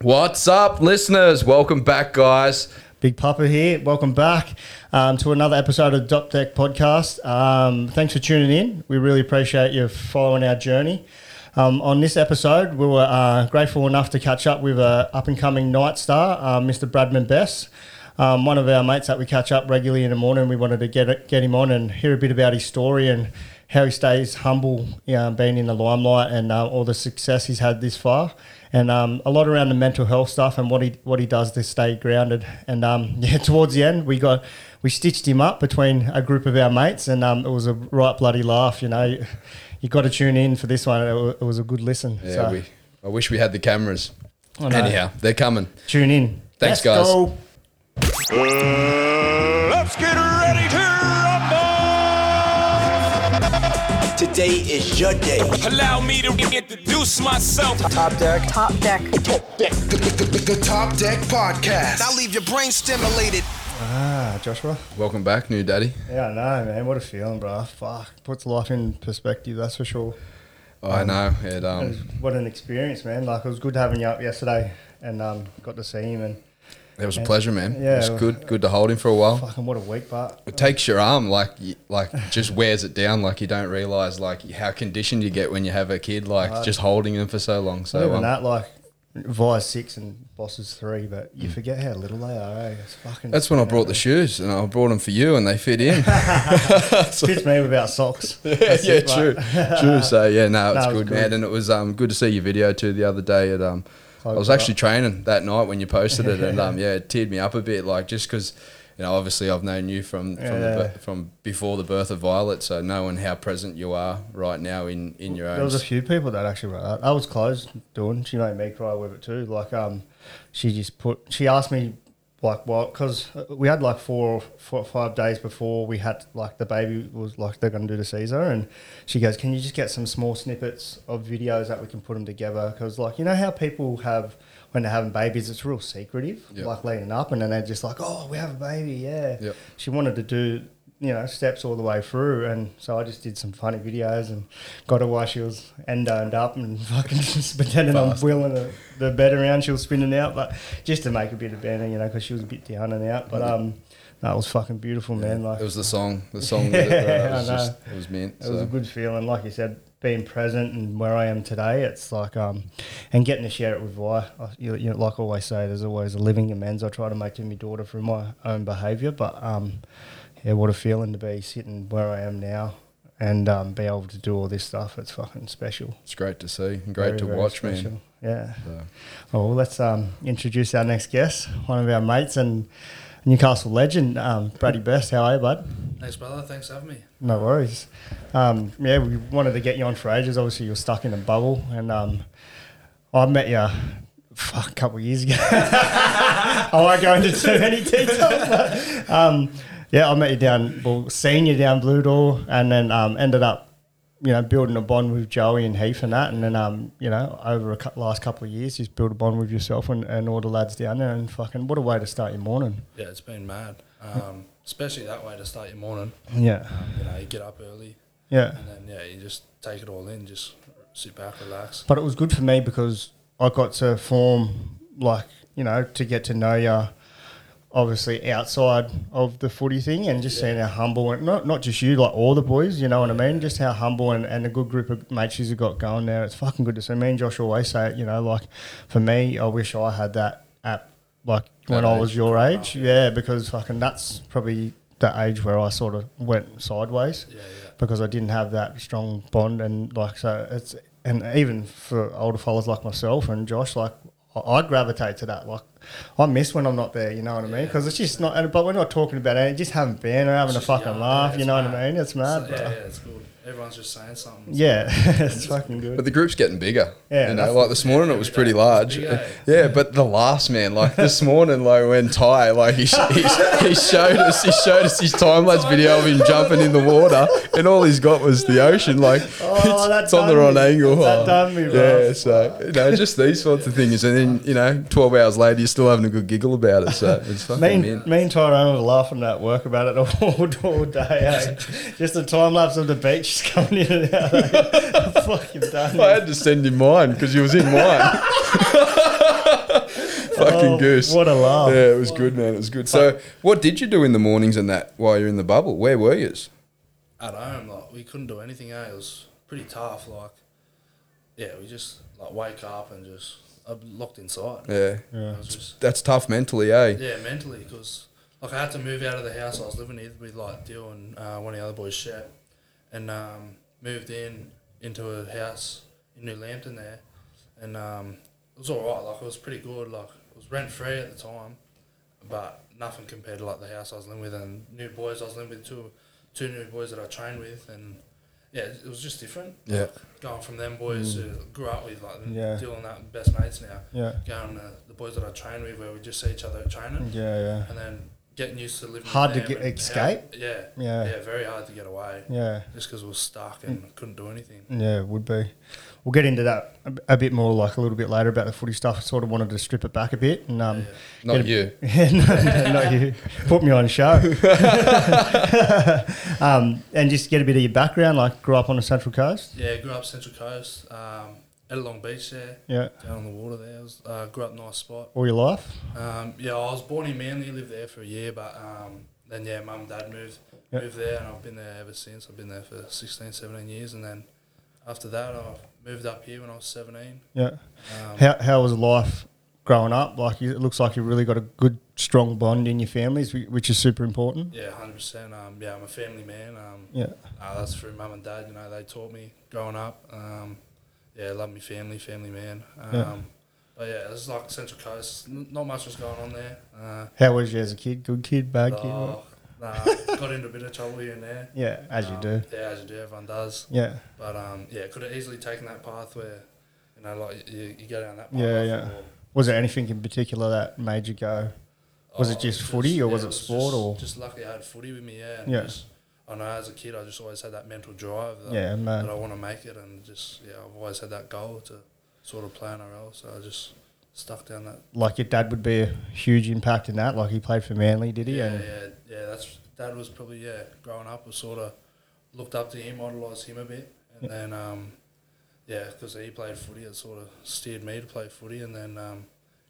What's up, listeners? Welcome back, guys. Big Papa here. Welcome back um, to another episode of Dop Deck Podcast. Um, thanks for tuning in. We really appreciate you following our journey. Um, on this episode, we were uh, grateful enough to catch up with an up and coming night star, uh, Mr. Bradman Bess. Um, one of our mates that we catch up regularly in the morning. We wanted to get get him on and hear a bit about his story and how he stays humble, you know, being in the limelight and uh, all the success he's had this far and um, a lot around the mental health stuff and what he what he does to stay grounded. And um, yeah, towards the end, we got we stitched him up between a group of our mates, and um, it was a right bloody laugh. You know, you, you got to tune in for this one. It, wa- it was a good listen. Yeah, so we, I wish we had the cameras. I know. Anyhow, they're coming. tune in. Thanks, Let's guys. go. Let's get ready to rumble! Today is your day. Allow me to introduce myself. Top deck. The Top Deck Podcast. Now leave your brain stimulated. Ah, Joshua. Welcome back, new daddy. Yeah, I know, man. What a feeling, bro. Fuck, puts life in perspective. That's for sure. I know it. It was- Um, What an experience, man. Like it was good having you up yesterday, and um, got to see him. And it was a pleasure, man. Yeah, it was well- good. Good to hold him for a while. fucking what a week, but It takes your arm like, y- like just wears it down. Like you don't realize like how conditioned you get when you have a kid. Like just holding them for so long. Other So than um, that, like Vi's six and Bosses three, but you forget how little they are. Eh? It's fucking. that's when I brought the shoes and I brought them for you and they fit in. Fits me without socks. yeah, That's yeah, it, true, mate. true. So yeah, no, it's No, it was good, good. Oh, man, and it was um good to see your video too the other day. At um, I Close was it actually training that night when you posted it, and um, yeah, it teared me up a bit, like just because. You know, obviously, I've known you from from, the Yeah. bir- from before the birth of Violet, so knowing how present you are right now in, in your own. There was a few people that actually wrote that. I was close doing. She made me cry with it too. Like um, she just put. She asked me like what because we had like four, four or five days before we had like the baby was like they're gonna do the Caesar and she goes, can you just get some small snippets of videos that we can put them together because like you know how people have when they're having babies it's real secretive Yeah. like leading up and then they're just like oh we have a baby yeah Yep. she wanted to do you know steps all the way through and so i just did some funny videos and got her while she was endoned up and fucking just pretending i'm wheeling the, the bed around she was spinning out but just to make a bit of banter you know because she was a bit down and out but um that was fucking beautiful man like it was the song, the song. with it, bro. It Yeah, was I just, know. it was mint. it was a so. good feeling like you said being present and where i am today it's like um and getting to share it with why I- you, you know, like i always say there's always a living amends i try to make to my daughter through my own behavior but um yeah what a feeling to be sitting where i am now and um, be able to do all this stuff it's fucking special It's great to see and great Very, to very watch, special. man. yeah So. Oh, well, let's um, introduce our next guest, one of our mates and Newcastle legend, um, Brady Best. How are you, bud? Thanks, brother. Thanks for having me. No worries. Um, yeah, we wanted to get you on for ages. Obviously, you're stuck in a bubble, and um, I met you fuck, a couple of years ago. I won't go into too many details. but, um, yeah, I met you down, well, seen you down Blue Door, and then um, ended up, you know, building a bond with Joey and Heath and that, and then um, you know, over a cou- last couple of years, just built a bond with yourself and, and all the lads down there, and fucking what a way to start your morning. Yeah, it's been mad. Um, especially that way to start your morning. Um, Yeah, You know, you get up early yeah. and then, yeah, you just take it all in, just sit back, relax. But it was good for me because I got to form, like, you know, to get to know you, obviously outside of the footy thing, and just seeing how humble and not not just you, like all the boys, you know what I mean? Just how humble and, and a good group of mates you've got going there. It's fucking good to see. Me and Josh always say it, you know, like for me, I wish I had that app, like when That I age. was your age, yeah, because fucking that's probably the age where I sort of went sideways Yeah, yeah. because I didn't have that strong bond and like so it's and even for older fellas like myself and Josh like I I gravitate to that like I miss when I'm not there you know what I mean because it's just not and- but we're not talking about it just having been or having a Just- fucking yeah, laugh yeah, you it's know what I mad. mean it's So, mad yeah, yeah, but- it's good. Everyone's just saying something. yeah, it's fucking good But the group's getting bigger. Yeah, you know, that's- like this morning it was pretty Every day large. it's big, eh? Yeah, but the last man, like this morning, like when Ty, like he, sh- he, sh- he showed us, he showed us his time lapse video of him jumping in the water, and all he's got was the ocean. Like it's, that it's on the Oh, wrong done me. angle. That Oh, done me, bro. Yeah, so you know, just these sorts of things, and then you know, twelve hours later, you're still having a good giggle about it. So it's fucking Me and, mint. me and Tyrone were laughing at work about it all, all day. eh? Just the time lapse of the beach just coming in and out. eh? fucking done. I had to send him mine because he was in mine. fucking Oh, goose. what a laugh. Yeah, it was good, man. It was good. So, what did you do in the mornings and that while you're in the bubble? Where were you? At home, like we couldn't do anything. Eh? It was pretty tough. Like, yeah, we just like wake up and just I'm locked inside. Yeah. I was just That's tough mentally, eh? yeah mentally because like I had to move out of the house I was living in with like Dill and uh, one of the other boys, Shep, and um, moved in into a house in New Lambton there, and um, it was all right. Like it was pretty good. Like it was rent free at the time, but nothing compared to like the house I was living with and new boys I was living with two two new boys that I trained with and. Yeah, it was just different. Yeah. Like, going from them boys who grew up with, like, Yeah. Dill and that best mates now. Yeah. Going to the boys that I train with, where we just see each other at training Yeah, yeah. and then getting used to living. Hard to with them get- and escape? How, yeah, Yeah. yeah, very hard to get away. Yeah. Mm. just because we were stuck and couldn't do anything. Yeah, it would be. We'll get into that a, b- a bit more, like a little bit later about the footy stuff. I sort of wanted to strip it back a bit, and um, Not get a- you. Yeah, no, no, not you. Put me on show, um, and just get a bit of your background. Like, grew up on the Central Coast. Yeah, grew up Central Coast, um, at Long Beach there. Yeah, Down on the water there, It was, uh, grew up nice spot. all your life. Um, yeah, I was born in Manly, lived there for a year, but um, then yeah, mum and dad moved Yeah. moved there, and I've been there ever since. I've been there for 16, 17 years, and then after that, I moved up here when I was seventeen. Yeah. how how was life growing up? Like, you, it looks like you really got a good, strong bond in your families, whi- which is super important. Yeah, hundred percent. Um, yeah, I'm a family man. Um, Yeah. uh, that's through mum and dad. You know, they taught me growing up. Um, yeah, love me family, family man. Um, Yeah. But yeah, it's like Central Coast. N- not much was going on there. Uh, How was you as a kid? Good kid, bad kid. oh, nah, got into a bit of trouble here and there. Yeah, as you Um, do. Yeah, as you do. Everyone does. Yeah. But um, yeah, could have easily taken that path where, you know, like you, you go down that path. Yeah, yeah. or- Was there anything in particular that made you go? Was it Oh, just footy or yeah, was it sport just, or- just luckily I had footy with me, yeah. and Yeah. just- I know as a kid I just always had that mental drive that, Yeah, man. that I want to make it and just yeah, I've always had that goal to sort of play NRL, so I just stuck down that. Like your dad would be a huge impact in that. Like he played for Manly, did he? Yeah, yeah, and yeah. that's that was probably yeah. Growing up, was sort of looked up to him, idolised him a bit, and then um, yeah, because he played footy, it sort of steered me to play footy, and then um,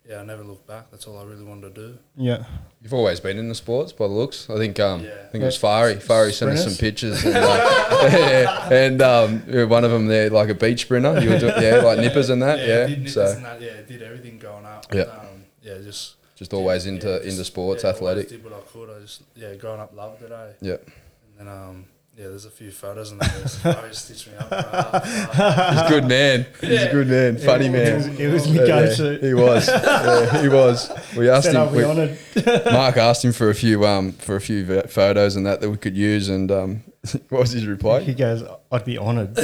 yeah, I never looked back. That's all I really wanted to do. yeah, You've always been in the sports by the looks. I think um, Yeah. I think it was Fari. Fari sent us some pictures. And, uh, yeah, and um, yeah, one of them there, like a beach sprinter. You were doing, yeah, like nippers and that. yeah, Yeah. did nippers so and that, yeah, did everything growing up. Yeah. um, yeah, just just always yeah, into just- into sports, yeah, always athletic. Did what I could. I just yeah, growing up loved it. Eh? Yeah. And then um, yeah, there's a few photos and that stitched me up. Uh, He's a good man. He's a good man. Funny It was, man. it was my Yeah, go-to. he was. Yeah, he was. We asked Said I'll him. be we- honoured. Mark asked him for a few um for a few v- photos and that that we could use. And um, what was his He reply? goes, "I'd be honoured."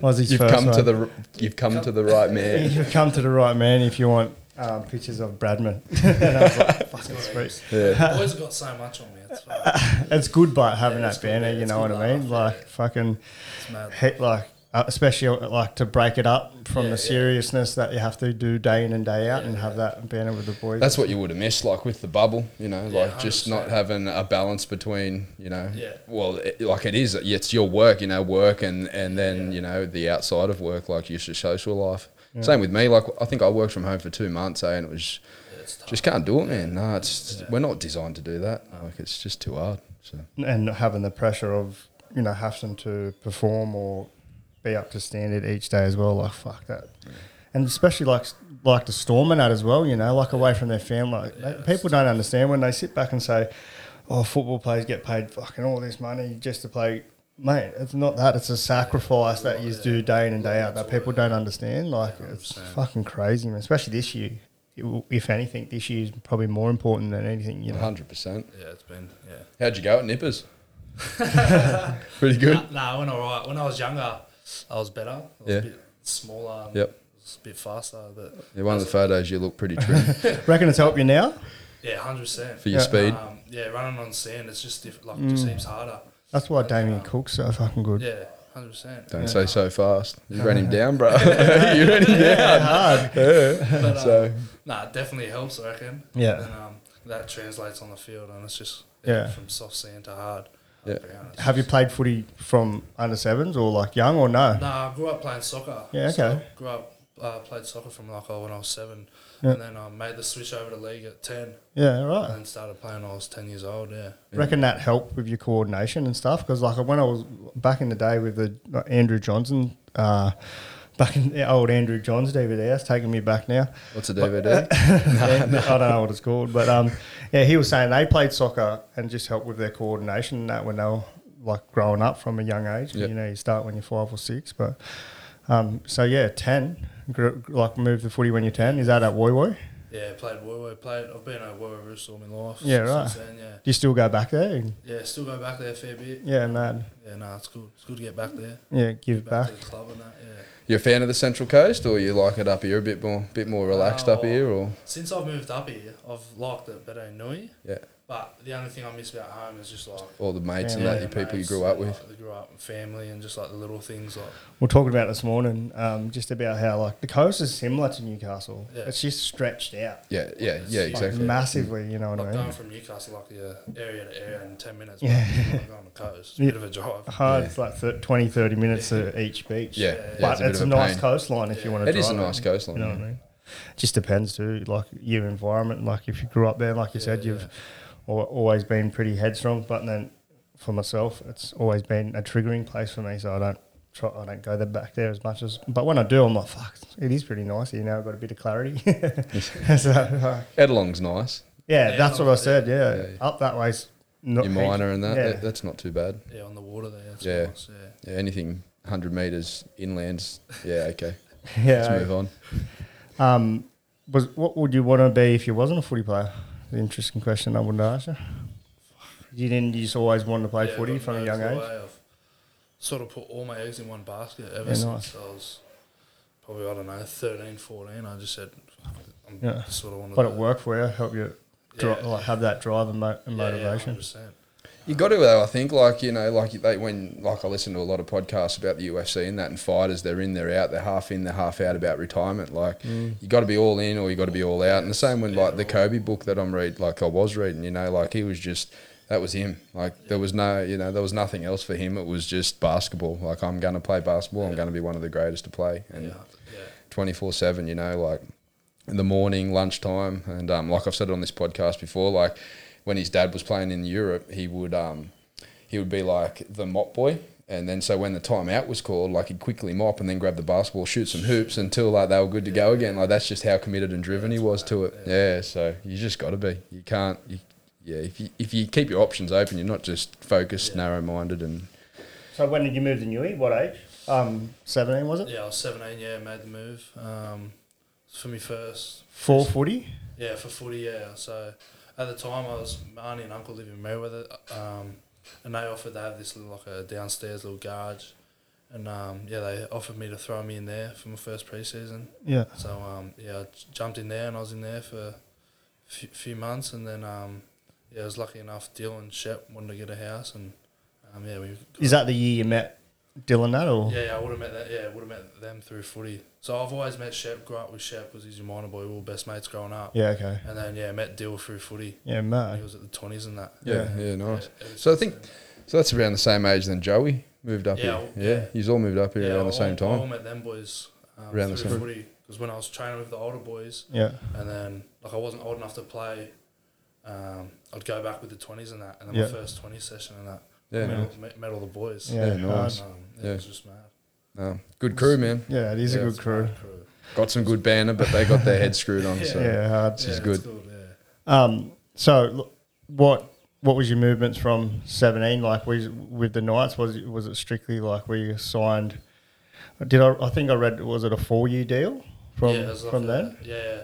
Was his You've first come to one. the r- you've come to the right man. You've come to the right man if you want um, pictures of Bradman. and I was like, "Fucking sweet." Yeah. I've uh, always got so much on me. It's, fine. It's good, but having Yeah, it's that good, banner, yeah, you it's know what good I mean? laugh, Like fucking, it's mad. hit, like uh, especially uh, like to break it up from Yeah, the yeah. seriousness that you have to do day in and day out, and have that banner with the boys. That's what you would have missed, like with the bubble, you know, Yeah, like just not 100%. having a balance between, you know, Yeah. well, it, like it is, it's your work, you know, work and, and then, you know, the outside of work, like your social life. Same with me, like I think I worked from home for two months, eh, and it was it's tough. just can't do it, man. No, it's, we're not designed to do that. Like it's just too hard. So, and not having the pressure of you know having to perform or be up to standard each day as well. Like fuck that, and especially like like the storming at as well. You know, like away from their family. Like, they- people don't understand when they sit back and say, "Oh, football players get paid fucking all this money just to play." Mate, it's not that. It's a sacrifice that you do day in and day out that people don't understand. Like, it's fucking crazy, man. Especially this year. It will- If anything, this year is probably more important than anything, you know. 100%. Yeah, it's been yeah. How'd you go at Nippers? Pretty good. Nah, nah, I went alright. When I was younger, I was better. I was Yeah. a bit smaller. and Yep. was a bit faster, but Yeah, one of the photos, you look pretty trim Reckon it's helped you now? yeah, hundred percent. for your Yeah. speed. Mm. Um, yeah, running on sand, it's just diff- like just seems harder. That's why Damien Cook's so fucking good. Yeah, hundred percent. Don't say so fast. You ran him down, bro. you ran him down. But, So- um, nah, it definitely helps, I reckon. Yeah. And um, that translates on the field, and it's just Yeah. from soft sand to hard. Yeah. Have you played footy from under sevens or like young or no? Nah, I grew up playing soccer. Yeah, So okay. grew up uh, played soccer from like oh, when I was seven And then I made the switch over to league at 10 Yeah, right. and started playing when I was 10 years old, yeah. Reckon that helped with your coordination and stuff because like when I was back in the day with the like, Andrew Johnson, uh, back in the old Andrew Johns DVD, that's taking me back now. What's a DVD? Yeah, I don't know what it's called, but um, yeah, he was saying they played soccer and just helped with their coordination and that when they were like growing up from a young age. Yep. You know, you start when you're five or six, but um, so yeah, ten, gr- like move the footy when you're ten. Is that at Woi Woi? Yeah, played Woiwoi, played, I've been a Woiwoi Rooster all my life. Yeah, right. Since then, yeah. Do you still go back there? And, Yeah, still go back there a fair bit. yeah, mad. Yeah, no, it's good. It's good to get back there. Yeah, give Back back. to the club and that, yeah. you a fan of the Central Coast, or you like it up here a bit more, bit more relaxed up Oh, here, or Since I've moved up here, I've liked it better in Nui. yeah, But the only thing I miss about home is just like all the mates and Yeah, that your people you mates, grew up like, with. the grew up with family and just like the little things like We're talking about this morning, um, just about how like the coast is similar to Newcastle. Yeah. It's just stretched out Yeah, yeah, yeah, Like like, exactly. massively. You know what like I mean? going from Newcastle like yeah, area to area in ten minutes. Yeah, like going on the coast, it's a bit of a drive. Hard. It's like thir 20, 30 minutes to each beach. Yeah, yeah, but it's it's a a, bit of a nice pain. coastline if you want to. It is a nice coastline, You know what yeah. I mean? Just depends too, like your environment. Like if you grew up there, like you said, you've al always been pretty headstrong. But then for myself, it's always been a triggering place for me, so I don't. Try, I don't go there back there as much as, but when I do, I'm like, fuck, it is pretty nice. You know, I've got a bit of clarity. so, uh, Edelong's nice. yeah, that's what I said. Yeah, Yeah. up that way's not Your minor and that, Yeah, that- that's not too bad. Yeah, on the water there. It's Yeah. nice, yeah. Yeah, anything hundred meters inlands. Yeah, okay. yeah. Let's move on. Um, was what would you want to be if you wasn't a footy player? An interesting question. I would ask you. You didn't. You just always wanted to play Yeah, footy but from a no, young it's the age. way I've sort of put all my eggs in one basket ever Yeah, since nice. I was probably I don't know 13, 14. I just said I'm Yeah. sort of wanted But it to- worked for you. Help you dri- Yeah. like, have that drive and, mo- and Yeah, yeah, motivation. 100%. You got to though. I think like you know, like they when like I listen to a lot of podcasts about the UFC and that, and fighters they're in, they're out, they're half in, they're half out about retirement. Like Mm. you got to be all in or you got to be all out. And the same when like the Kobe book that I'm read, like I was reading, you know, like he was just that was him. Like there was no, you know, there was nothing else for him. It was just basketball. Like I'm going to play basketball. I'm going to be one of the greatest to play. And Yeah, yeah. 24 7, you know, like in the morning, lunchtime. And um, like I've said on this podcast before, like when his dad was playing in Europe, he would, um, he would be like the mop boy. And then so when the timeout was called, like he'd quickly mop and then grab the basketball, shoot some hoops until like they were good to go again. Like that's just how committed and driven he was to it. Yeah. So you just got to be. You can't. You, yeah. If you, if you keep your options open, you're not just focused, narrow minded, and So when did you move to Newey? What age? Um, seventeen was it? Yeah, I was 17, yeah, made the move. Um, for me first, For footy. yeah, for footy, yeah. So at the time, I was, my auntie and uncle live in Merriweather, um, and they offered, they have this little, like a downstairs little garage. And um, yeah, they offered me to throw me in there for my first preseason. Yeah. So um, yeah, I j- jumped in there and I was in there for a few, few months, and then um, yeah, I was lucky enough. Dylan Shep wanted to get a house, and um, yeah, we. got Is that the year you met Dylan? That or yeah, yeah, I would have met that. Yeah, would have met them through footy. So I've always met Shep. Grew up with Shep. Was his minor boy. We were best mates growing up. Yeah, Okay. And then yeah, met Dill through footy. Yeah, He mate. was at the twenties and that. yeah, yeah, nice. Yeah, it was So I just, think uh, so. That's around the same age then Joey moved up Yeah, here. I- Yeah, yeah. he's all moved up here yeah, around I the same all- I all time. met them boys um, Around the through same- footy because when I was training with the older boys, Yeah. and then like I wasn't old enough to play. Um, I'd go back with the twenties and that, and then Yeah. my first twenty session and that. Yeah, met, nice. all, met, met all the boys. Yeah, Yeah, nice. Um, yeah, Yeah. It was just mad. Um, good crew, man. Yeah, it is Yeah, a it's good crew. Mad crew. Got some good banner, but they got their head screwed on. So Yeah, hard. This is Yeah, it's good. yeah. Um, so, l- what what was your movements from seventeen? Like, was with the Knights? Was it- was it strictly like were you signed? Did I? I think I read. Was it a four year deal from it was like from a- then? Yeah, yeah.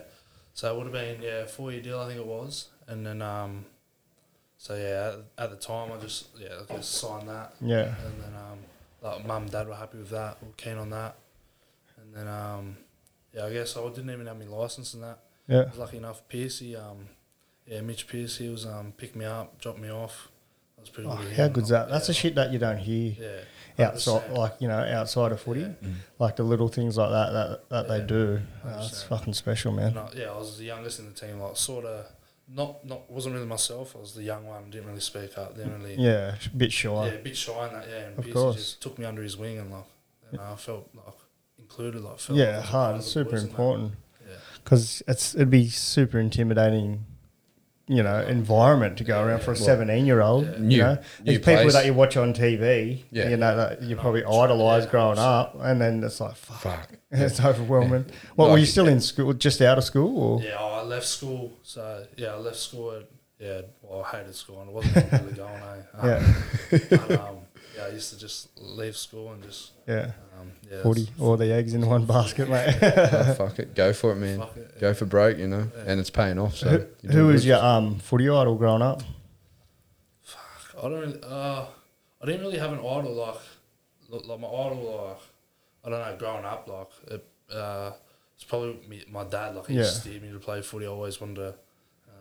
So it would have been yeah four year deal I think it was, and then um, so yeah at, at the time I just yeah I just signed that. Yeah. And then um, like mum and dad were happy with that, were keen on that, and then um, yeah I guess I didn't even have my license and that. I Yeah. was lucky enough Piercy um, yeah Mitch Pierce he was um pick me up, drop me off. That was pretty Oh, good. of how him. good's that? That's the Yeah. shit that you don't hear Yeah. outside, 100%. like you know, outside of footy, Mm. like the little things like that that, that they do. Uh, it's 100%. fucking special, man. And I, yeah, I was the youngest in the team, like sort of not not wasn't really myself. I was the young one, didn't really speak up, didn't really Yeah, a bit yeah, shy. a bit shy in that yeah. And Of Pierce course. just took me under his wing and like, and I felt like included, like felt Yeah, like I was a part hard. of It's the super boys and that. important. Yeah. because it's it'd be super intimidating, you know, environment to go around for a seventeen-year-old. New- You know, new there's people place. that you watch on TV, Yeah. you know, that you probably idolise growing up, and then it's like fuck, Fuck. it's overwhelming. Well, were Like- you still in school, just out of school, or Yeah, I left school. So yeah, I left school. At, yeah, well, I hated school and I wasn't really going. Eh? Um, Yeah. but, um, yeah, I used to just leave school and just yeah, um, yeah, that's- forty all the eggs in one basket, mate? Oh, fuck it, go for it, man. Fuck it, Go for broke, you know, and it's paying off. So you're doing Who was good. your um footy idol growing up? I don't. Really, uh, I didn't really have an idol like, like, like my idol like, I don't know. Growing up, like it, uh, it's probably me, my dad. Like he Yeah. steered me to play footy. I always wanted to,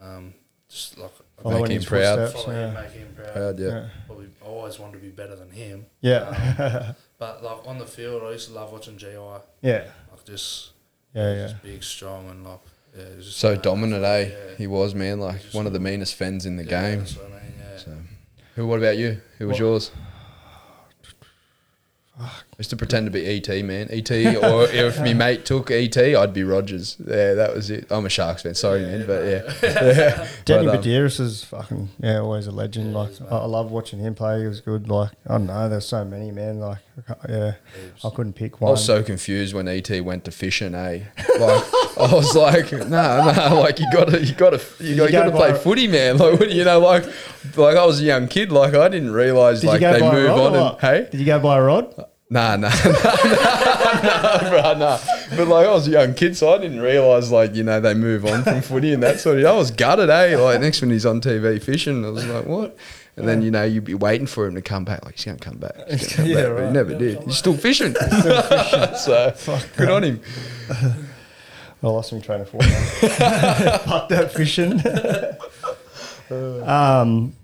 um, just like Follow in him his proud. footsteps, follow him, yeah. make him proud. Proud, yeah. Probably, I always wanted to be better than him. Yeah. But like on the field, I used to love watching GI. Like yeah, just, yeah, yeah. just big, strong, and like yeah, it was just So uh, dominant, eh? Yeah. He was, man. Like one of the meanest fens in the yeah, game. That's what I mean. Yeah. Who? What about you? Who was yours? Just to pretend to be ET, man. ET, or if me mate took ET, I'd be Rogers. Yeah, that was it. I'm a Sharks fan. Sorry, man, but yeah. yeah. Danny But, um, Medeiros is fucking yeah, always a legend. like I, I love watching him play. He was good. Like I don't know, there's so many man. Like I can't- yeah, I couldn't pick I one. was so confused when ET went to fishing, eh? Like I was like, no, nah, no, nah, like you gotta, you gotta, you gotta, you go gotta by- play footy, man. Like what- you know, like, like I was a young kid, like I didn't realize Did like you go they by a move rod on or and what? hey, Did you go by a rod? Nah, nah, nah, nah, nah, bro, nah. But like, I was a young kid, so I didn't realize, like, you know, they move on from footy and that sort of. I was gutted, eh? Like, next when he's on TV fishing, I was like, what? And then you know you'd be waiting for him to come back. Like he's gonna come back. He's gonna come Yeah, back. But right. he never did. He's still fishing. so good on him. I lost my train of thought. now. Fuck that fishing. um,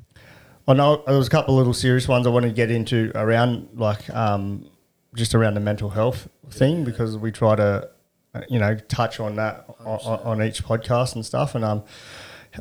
I know there was a couple of little serious ones I wanted to get into around like um, just around the mental health thing because we try to uh, you know touch on that on, on each podcast and stuff and um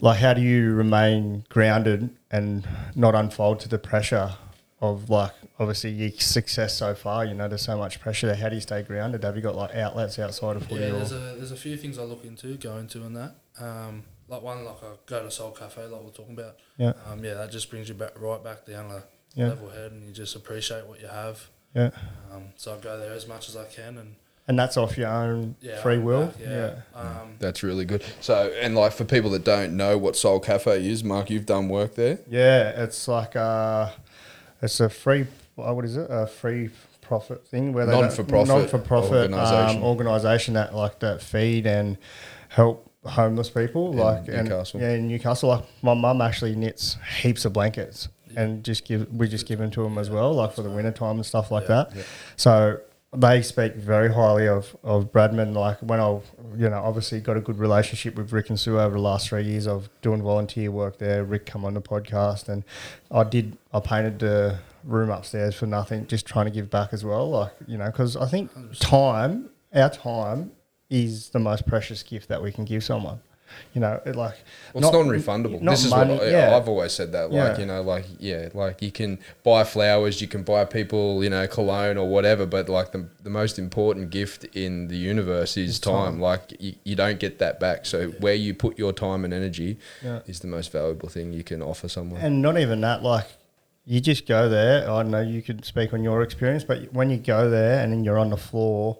like how do you remain grounded and not unfold to the pressure of like obviously your success so far you know there's so much pressure there how do you stay grounded have you got like outlets outside of footy Yeah, or- there's a there's a few things I look into, go into, and that. Um, like one, like I go to Soul Cafe, like we're talking about. Yeah. Um, yeah, that just brings you back right back down a Yeah. level head, and you just appreciate what you have. yeah Um, so I go there as much as I can, and And that's off your own yeah, free I'm will. back, yeah. Um, That's really good. So and like for people that don't know what Soul Cafe is, Mark, you've done work there. Yeah, It's like uh it's a free. uh, What is it? A free profit thing where they don't- Non-for-profit non-for-profit organisation. um, organisation that like that feed and help homeless people. like and- Newcastle. yeah, in Newcastle. Like my mum actually knits heaps of blankets and just give we just give them to them as well, like for the winter time and stuff like that. So they speak very highly of, of Bradman. Like when I, you know, obviously got a good relationship with Rick and Sue over the last three years of doing volunteer work there. Rick come on the podcast, and I did. I painted the room upstairs for nothing, just trying to give back as well. Like you know, because I think time, our time, is the most precious gift that we can give someone. You know, it like Well, not- it's non-refundable. not this is money, what I, yeah. I've always said that. Like Yeah. you know, like yeah, like you can buy flowers, you can buy people, you know, cologne or whatever. But like the, the most important gift in the universe is time. Like you, you don't get that back. So where you put your time and energy Yeah. is the most valuable thing you can offer someone. And not even that, like you just go there. I don't know you could speak on your experience, but when you go there and then you're on the floor,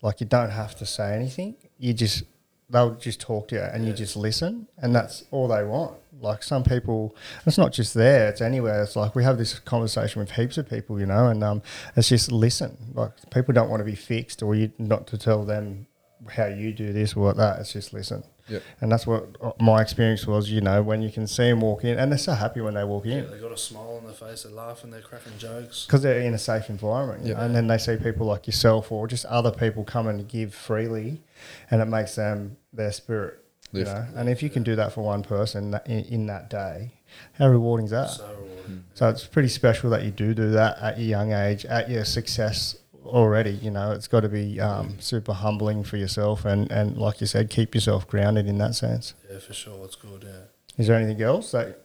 like you don't have to say anything. You just they'll just talk to you and you just listen, and that's all they want. Like some people, it's not just there; it's anywhere. It's like we have this conversation with heaps of people, you know, and um, it's just listen. Like people don't want to be fixed, or you not to tell them how you do this or what that. It's just listen. Yep. And that's what uh, my experience was, you know, when you can see them walk in, and they're so happy when they walk yeah, in they got a smile on their face, they're laughing, they're cracking jokes. because they're in a safe environment. you know, And then they see people like yourself or just other people come and give freely, and it makes them their spirit. Lift. You know? And if you can do that for one person that- in, in that day, how rewarding is that? So rewarding. So it's pretty special that you do do that at your young age, at your success already. You know, it's got to be um, super humbling for yourself, and, and like you said, keep yourself grounded in that sense. Yeah, for sure, it's good. Yeah. Is there anything else? That,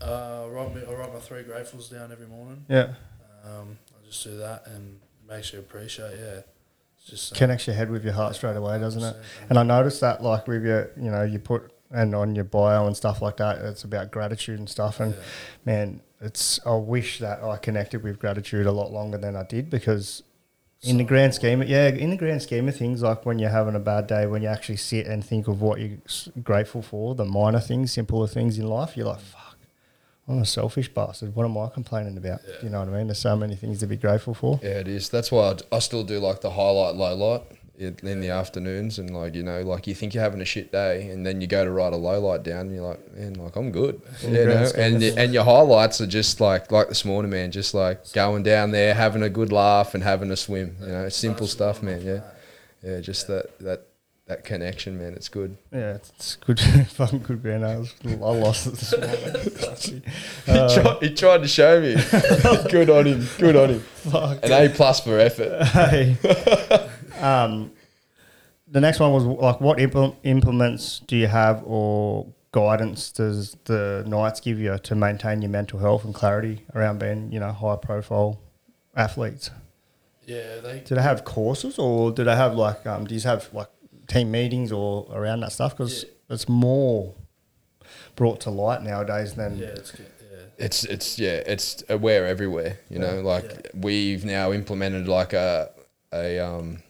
Uh, I write, me, I write my three gratefuls down every morning. yeah. Um, I just do that and makes you appreciate. Yeah, it's Just uh, connects your head with your heart straight away, doesn't it? And I noticed that, like with your, you know, you put and on your bio and stuff like that, it's about gratitude and stuff. And man, it's I wish that I connected with gratitude a lot longer than I did because. In the grand scheme, of, yeah, in the grand scheme of things, like when you're having a bad day, when you actually sit and think of what you're s- grateful for, the minor things, simpler things in life, you're like, fuck, I'm a selfish bastard. What am I complaining about? You know what I mean? There's so many things to be grateful for. Yeah, it is. That's why I d- I still do like the highlight, low light in, in the afternoons. And like, you know, like you think you're having a shit day and then you go to write a low light down and you're like, man, like I'm good. You grand know, scheme and, y- of and your highlights are just like, like this morning, man, just like going down there, having a good laugh and having a swim. You know, it's simple stuff, man. Yeah. Yeah, just that, that, that connection, man. It's good. Yeah, it's- it's good, fucking good grand. I, was, I lost it this morning. he, tried, he tried to show me. good on him. Good on him. Fuck. An A plus for effort. Hey. um, the next one was like, what impl- implements do you have or guidance does the Knights give you to maintain your mental health and clarity around being, you know, high profile athletes? yeah, they Do they have courses or do they have like, um, do you have like team meetings or around that stuff? Because it's more brought to light nowadays than. yeah, it's good. Yeah, it's it's yeah it's aware everywhere you know like we've now implemented like a a um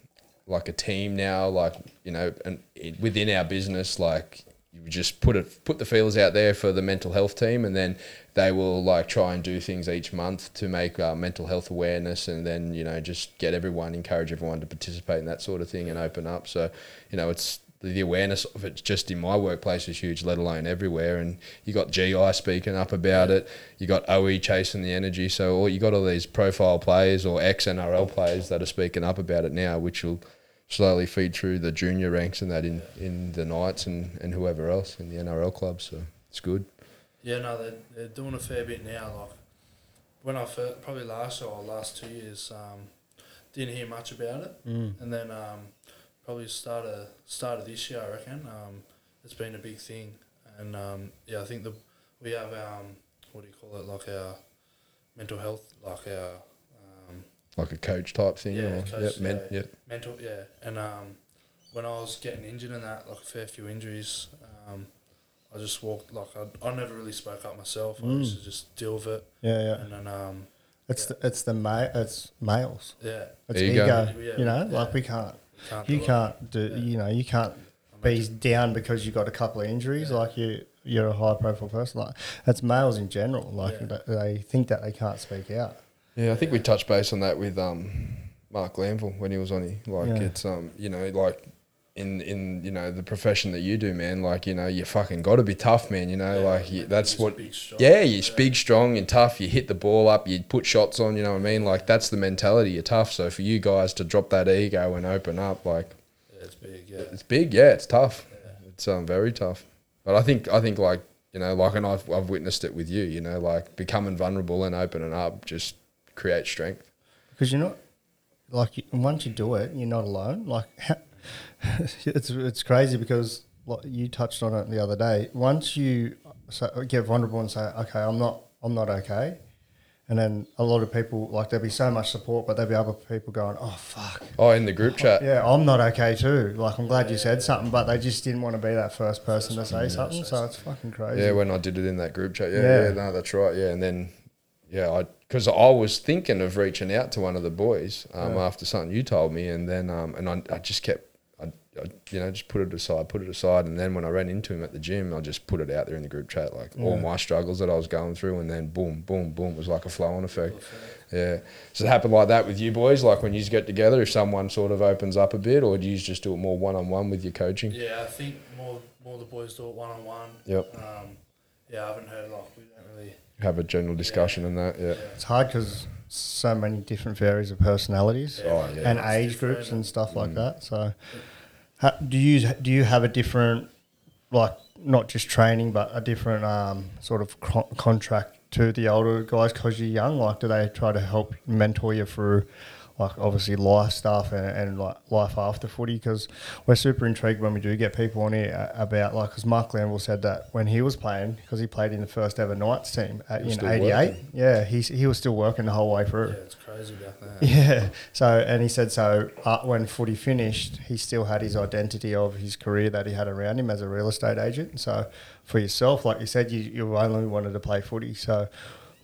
like a team now like you know and it- within our business like you just put it put the feelers out there for the mental health team and then they will like try and do things each month to make uh, mental health awareness and then you know just get everyone encourage everyone to participate in that sort of thing and open up so you know it's the, the awareness of it just in my workplace is huge, let alone everywhere. And you got GI speaking up about it. You got OE chasing the energy. So all, you got all these profile players or ex NRL players that are speaking up about it now, which will slowly feed through the junior ranks and that in, in the Knights and, and whoever else in the NRL club. So it's good. yeah, no, they're, they're doing a fair bit now. Like when I fir- probably last year or last two years, um, didn't hear much about it, mm. and then um, probably start of start of this year, I reckon. Um, it's been a big thing, and um, yeah, I think the we have um, what do you call it, like our mental health, like our um, Like a coach type thing. Yeah, or, coach, yep, men, yeah. yep. mental, yeah. And um, when I was getting injured and that, like a fair few injuries, um, I just walked like I, I never really spoke up myself. I Mm. used to just deal with it, Yeah, yeah. and then um, It's the, it's the ma- it's males. yeah, It's Ego. ego. Yeah, You know, yeah. like we can't. Can't you do it. can't do. You know, you can't be down because you got a couple of injuries. Like you, you're a high profile person. Like that's males in general. Like Yeah. th- they think that they can't speak out. Yeah, I think we touched base on that with um, Mark Glanville when he was on here. Like Yeah. it's um, you know, like in in you know the profession that you do, man. Like you know, you fucking got to be tough, man. You know, like you, that's he's what. big, strong. yeah, you're big, strong, and tough. You hit the ball up. You put shots on. You know what I mean? Like that's the mentality. You're tough. So for you guys to drop that ego and open up, like Yeah, it's big. Yeah, it's big. Yeah, it's tough. It's um very tough. But I think I think like you know like and I've I've witnessed it with you. You know, like becoming vulnerable and opening up just creates strength. because you're not like you- once you do it, you're not alone. Like it's it's crazy because like, you touched on it the other day. Once you so, get vulnerable and say, "Okay, I'm not, I'm not okay," and then a lot of people like there'll be so much support, but there'll be other people going, "Oh fuck, Oh, in the group chat. yeah, I'm not okay too." Like I'm glad you said something, but they just didn't want to be that first person to say something. So it's fucking crazy. Yeah, when I did it in that group chat. Yeah, Yeah. yeah, no, that's right. Yeah, and then yeah, I because I was thinking of reaching out to one of the boys um, after something you told me, and then um, and I, I just kept. I, I, you know, just put it aside, put it aside, and then when I ran into him at the gym, I just put it out there in the group chat, like all my struggles that I was going through, and then boom, boom, boom, it was like a flow-on effect. Yeah, so it happened like that with you boys, like when you get together, if someone sort of opens up a bit, or do you just do it more one-on-one with your coaching? yeah. I think more more the boys do it one on one. Yep. Um, yeah, I haven't heard like we don't really. Have a general discussion and that, yeah. It's hard because so many different varies of personalities Oh, yeah. and age groups and stuff like that. So, ha, do you do you have a different, like not just training, but a different um, sort of co- contract to the older guys because you're young? Like, do they try to help mentor you through like obviously life stuff and, and like life after footy because we're super intrigued when we do get people on here uh, about like because Mark Glanville said that when he was playing because he played in the first ever Knights team at, was in still '88. working. Yeah, he he was still working the whole way through. Yeah, it's crazy back then. Yeah. So, and he said so uh, when footy finished, he still had his identity of his career that he had around him as a real estate agent. So, for yourself, like you said, you, you only wanted to play footy. So,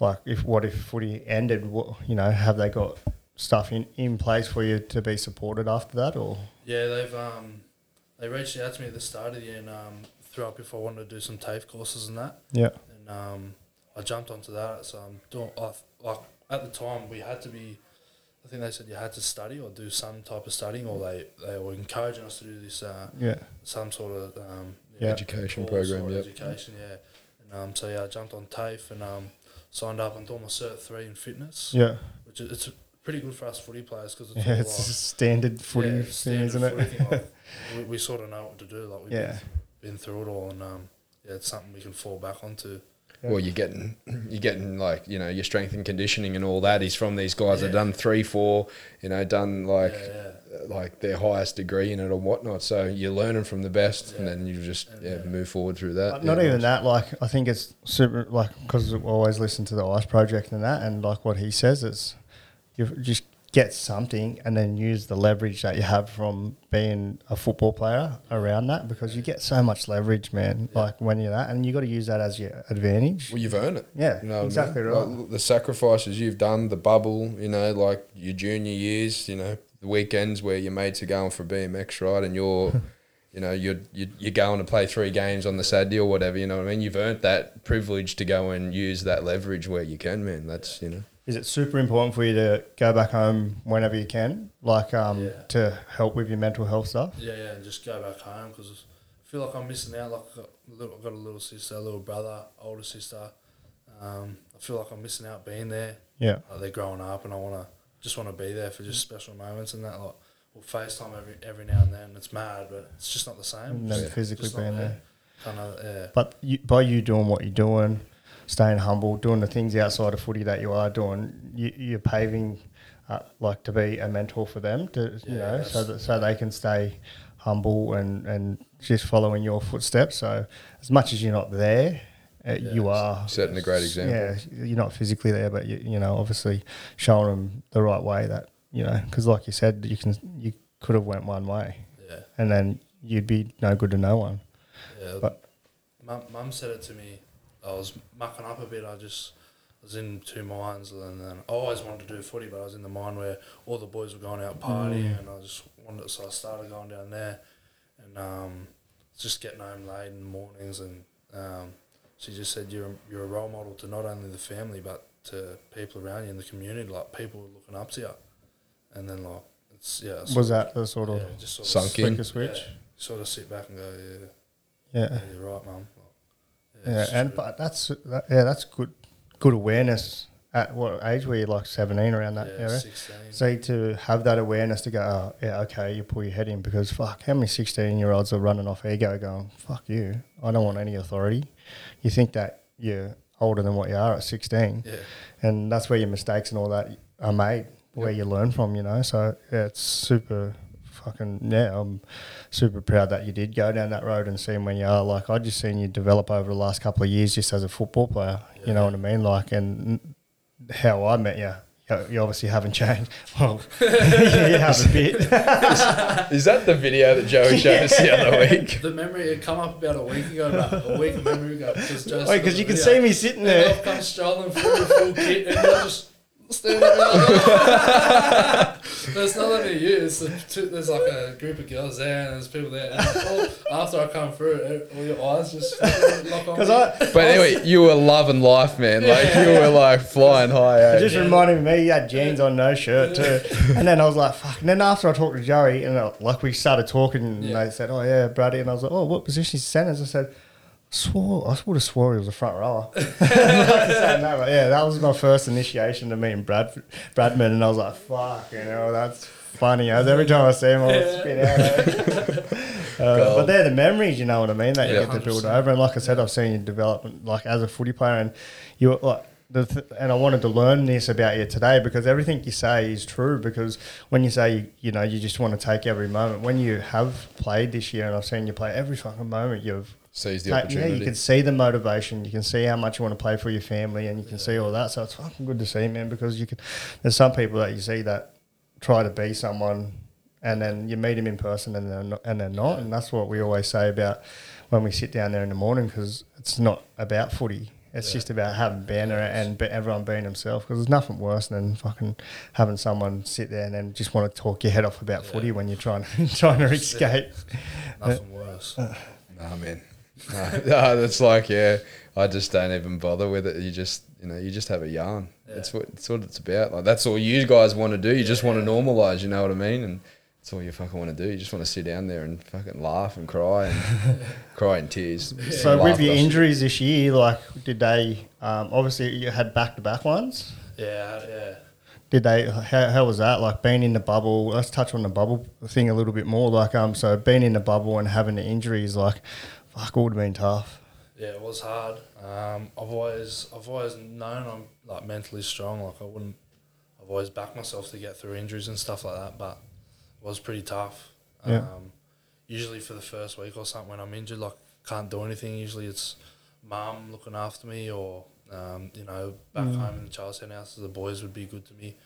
like, if what if footy ended, what, you know, have they got stuff in, in place for you to be supported after that? Or, Yeah, they've um, they reached out to me at the start of the year and um, threw up if I wanted to do some TAFE courses and that. yeah. And um, I jumped onto that. So I'm doing I, like at the time we had to be. I think they said you had to study or do some type of studying, or they, they were encouraging us to do this uh, Yeah. some sort of um, Yeah. Education course program, or yep. Education, yeah. And um, so yeah, I jumped on TAFE and um, signed up and done my cert three in fitness. Yeah. which is, it's pretty good for us footy players because it's Yeah. all It's like- just a standard footy uh, yeah, thing, standard isn't it? footy thing, like, we, we sort of know what to do. Like we've Yeah. been, been through it all, and um, yeah, it's something we can fall back onto. Well, you're getting, you're getting like you know your strength and conditioning and all that is from these guys that done three, four, you know, done like uh, Yeah, like their highest degree in it and whatnot. So you're learning from the best, and then you just yeah, move forward through that. Uh, Not Yeah. even that. Like I think it's super. Like because I always listen to the Ice Project and that, and like what he says is, you just get something and then use the leverage that you have from being a football player around that because you get so much leverage, man. Like when you're that, and you got to use that as your advantage. Well, you've earned it. Yeah, You know what I mean? exactly Like, right. look, the sacrifices you've done, the bubble, you know, like your junior years, you know, the weekends where your mates are going for BMX, right? And you're, you know, you're, you're you're going to play three games on the Saturday or whatever. You know what I mean? You've earned that privilege to go and use that leverage where you can, man. That's you know. Is it super important for you to go back home whenever you can, like um, Yeah. to help with your mental health stuff? yeah, yeah, and just go back home because I feel like I'm missing out. Like I've got a little, I've got a little sister, a little brother, older sister. Um, I feel like I'm missing out being there. Yeah. Mm. like they're growing up, and I want to just want to be there for just special moments and that. Like we'll FaceTime every every now and then. It's mad, but it's just not the same. And then Just- Mm, physically just not being there. Kind of yeah. But you, by you doing what you're doing, staying humble, doing the things outside of footy that you are doing, you, you're paving uh, like to be a mentor for them to you know so that's- that so they can stay humble and and just following your footsteps. So as much as you're not there, uh, you are. Setting a great example. Yeah, you're not physically there, but you, you know, obviously showing them the right way that you know, because like you said, you can you could have went one way, Yeah. and then you'd be no good to no one. Yeah, But- mum, mum said it to me. I was mucking up a bit. I just was in two minds, and then I always wanted to do footy, but I was in the mind where all the boys were going out Mm. partying, and I just wanted. So I started going down there, and um, just getting home late in the mornings, and um, she just said, "You're a- you're a role model to not only the family, but to people around you in the community. Like people are looking up to you." And then like, it's yeah. it's- Was that the sort of yeah, just sort Sunk in. flick a switch? Yeah, sort of sit back and go, yeah. Yeah, Yeah, you're right, mum. yeah, and but that's that, yeah, that's good, good awareness. At what age were you? Like seventeen, around that Yeah, area. 16. So to have that awareness to go, oh, yeah, okay, you pull your head in because fuck, how many sixteen-year-olds are running off ego, going, fuck you, I don't want any authority. You think that you're older than what you are at sixteen, Yeah. and that's where your mistakes and all that are made, where you learn from, you know. So yeah, it's super fucking yeah, I'm super proud that you did go down that road and seen where you are. Like I just seen you develop over the last couple of years, just as a football player. You know what I mean? Like and how I met you. you- You obviously haven't changed. Well, you have a bit. Is that the video that Joey showed us the other week? The memory had come up about a week ago, bro. a week of memory ago. Because Wait, because you can see me sitting there. I've come strolling through the full kit and you're just standing there. like, there's not only you, it's the two, there's like a group of girls there and there's people there. And all, after I come through, eh, all your eyes just lock on. Because me. I, But anyway, you were loving life, man. Like you were like flying high. It eh? just reminded me he had jeans on, no shirt too. And then I was like, fuck. And then after I talked to Joey, and uh, like we started talking, and Yeah. they said, oh yeah, Brady. And I was like, oh, what position is centers? I said, swore. I would have swore he was a front rower. I said, no, but yeah, that was my first initiation to meeting Brad Bradman, and I was like, fuck, you know, that's funny. As every time I see him, I would spit out. eh? Uh, but they're the memories, you know what I mean, that you Yeah. get to build over. And like I said, I've seen your development, like as a footy player, and you were like the th- and I wanted to learn this about you today because everything you say is true. Because when you say you, you know you just want to take every moment, when you have played this year, and I've seen you play every fucking moment, you've Seize the ta- Yeah, you opportunity. can see the motivation. You can see how much you want to play for your family, and you can see all that. So it's fucking good to see, man. Because you can, there's some people that you see that try to be someone, and then you meet them in person, and they're not, and they're not. And that's what we always say about when we sit down there in the morning, because it's not about footy. It's just about having banner and be, everyone being themselves. Because there's nothing worse than fucking having someone sit there and then just want to talk your head off about footy when you're trying trying to escape. Nothing worse. Nah, man. Nah, nah, that's like, yeah, I just don't even bother with it. You just, you know, you just have a yarn. That's what that's what it's about. Like that's all you guys want to do. You just want to normalize. You know what I mean? And that's all you fucking want to do. You just want to sit down there and fucking laugh and cry and cry in tears. So Laugh with your us. injuries this year, like did they? Um, obviously, you had back to back ones. Yeah, yeah. Did they? How, how was that? Like being in the bubble. Let's touch on the bubble thing a little bit more. Like um, so being in the bubble and having the injuries, like fuck, it would have been tough. Yeah, it was hard. Um, I've always I've always known I'm like mentally strong. Like I wouldn't I've always backed myself to get through injuries and stuff like that. But it was pretty tough. Yeah. Um, usually for the first week or something when I'm injured, like can't do anything. Usually it's mum looking after me or um, you know back home in the child centre house. The boys would be good to me,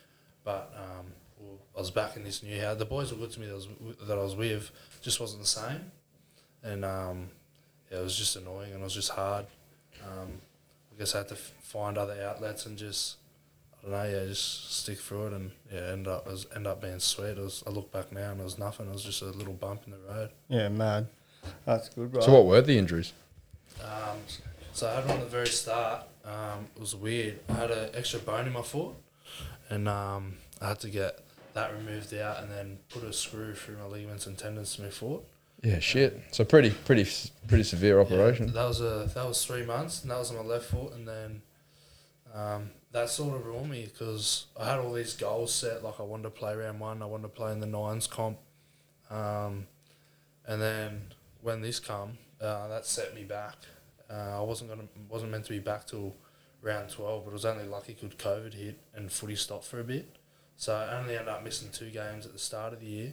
but um, well, I was back in this new house. The boys were good to me. That I was, w- that I was with just wasn't the same, and um, yeah, it was just annoying and it was just hard. Um, I guess I had to f- find other outlets and just I don't know, yeah, just stick through it and yeah, end up as end up being sweet. It was, I look back now and it was nothing. It was just a little bump in the road. Yeah, mad. That's good, right? So what were the injuries? So I had one at the very start. Um, it was weird. I had an extra bone in my foot, and um, I had to get that removed out and then put a screw through my ligaments and tendons to my foot. Yeah, shit. So pretty, pretty, s- pretty severe Yeah, operation. That was a that was three months, and that was on my left foot, and then um, that sort of ruined me because I had all these goals set. Like I wanted to play round one, I wanted to play in the nines comp, um, and then when this come, uh, that set me back. Uh, I wasn't gonna wasn't meant to be back till round twelve, but it was only lucky could COVID hit and footy stopped for a bit, so I only ended up missing two games at the start of the year,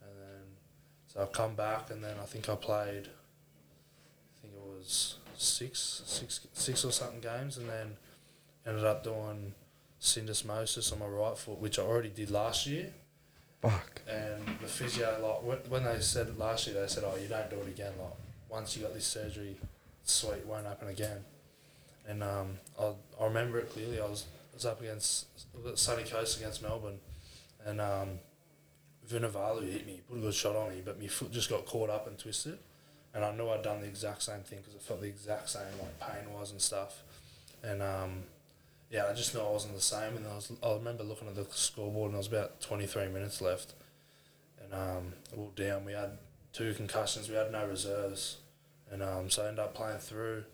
and then so I come back and then I think I played I think it was six, six, six or something games, and then ended up doing syndesmosis on my right foot, which I already did last year. Fuck. And the physio, like when- when they said it last year, they said, "Oh, you don't do it again. Like once you got this surgery, sweet, it won't happen again." And um, I, I remember it clearly. I was I was up against Sunny Coast against Melbourne, and um, Vunivalu hit me, put a good shot on me, but my foot just got caught up and twisted. And I knew I'd done the exact same thing because it felt the exact same, like pain was and stuff. And um, yeah, I just knew I wasn't the same. And I was, I remember looking at the scoreboard and there was about 23 minutes left. And um, we were down. We had two concussions. We had no reserves. And um, so I ended up playing through.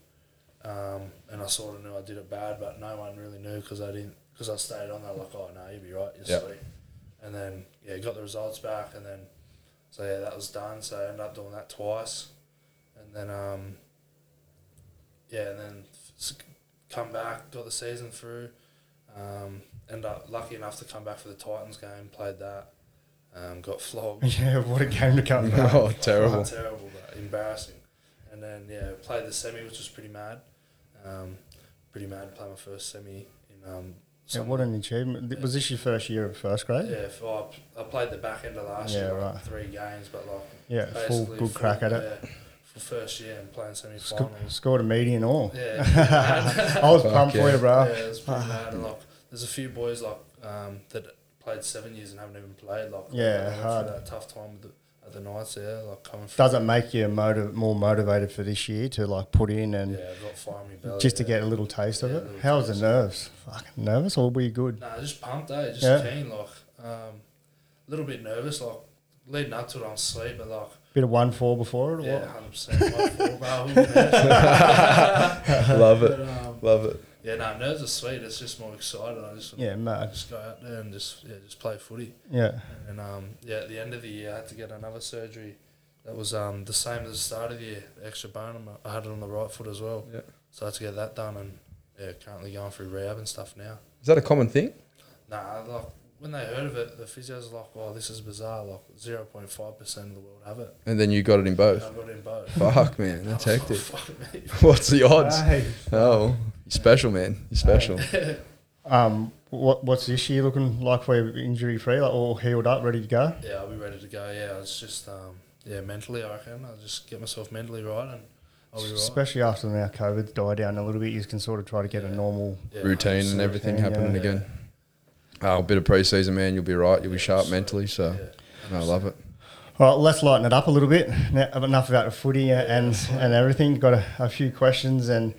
Um, and I sort of knew I did it bad, but no one really knew because I didn't, because I stayed on. They're like, oh, no, you'll be right. You're Yep. sweet. And then, yeah, got the results back. And then, so yeah, that was done. So I ended up doing that twice. And then, um, yeah, and then s- come back, got the season through. Um, ended up lucky enough to come back for the Titans game, played that, um, got flogged. Yeah, what a game to come back. Oh, terrible. Terrible, but embarrassing. And then yeah, played the semi, which was pretty mad. Um, pretty mad to play my first semi in um. Yeah, some- what an achievement! Th- Was this your first year of first grade? yeah, if I, I played the back end of last Yeah, year, like, right. three games, but like Yeah, full basically good full- crack at it. yeah, for first year and playing semi Sco- finals. scored a median all. Yeah, I was pumped for yeah. you, bro. Yeah, it was pretty mad. And like, there's a few boys like um, that played seven years and haven't even played. Like, Yeah, they went hard. through that tough time with the, at the nights there, like coming from. Does it make you motiv- more motivated for this year to like put in and yeah, I've got fire in my belly. just to Oh, yeah. get a little taste of Yeah, it? a little How was the taste. nerves? Fucking nervous, or were you good? Nah, just pumped, eh? Just Yeah. keen, like um, a little bit nervous, like leading up to it, I'm sweet, but like Bit of one four before it, or yeah, what? hundred percent. Like, four bar, who knows? Love it. Love it. yeah, no, nerves are sweet. It's just more excited. I just Yeah, mad. just go out there and just yeah, just play footy. Yeah, And um, yeah, at the end of the year, I had to get another surgery. That was um, the same as the start of the year. The extra bone, on my- I had it on the right foot as well. Yeah. So I had to get that done, and yeah, currently going through rehab and stuff now. Is that a common thing? Nah, like when they heard of it, the physios were like, "Oh, this is bizarre. Like zero point five percent of the world have it." And then you got it in I both. got in both. Fuck, man, that's hectic. Fuck me. What's the odds? Hey. Oh, you're special, man. You're special. Um, what what's this year looking like for you, injury free, like all healed up, ready to go? Yeah, I'll be ready to go. Yeah, it's just um, yeah, mentally, I reckon I'll just get myself mentally right and I'll be right. Especially after now COVID died down a little bit, you can sort of try to get a normal. Yeah, Routine and 100%. everything routine, happening yeah. again. Oh, a bit of preseason, man. You'll be right. You'll be sharp mentally. So, I love it. All right, let's lighten it up a little bit. Now, enough about the footy and and everything. Got a, a few questions and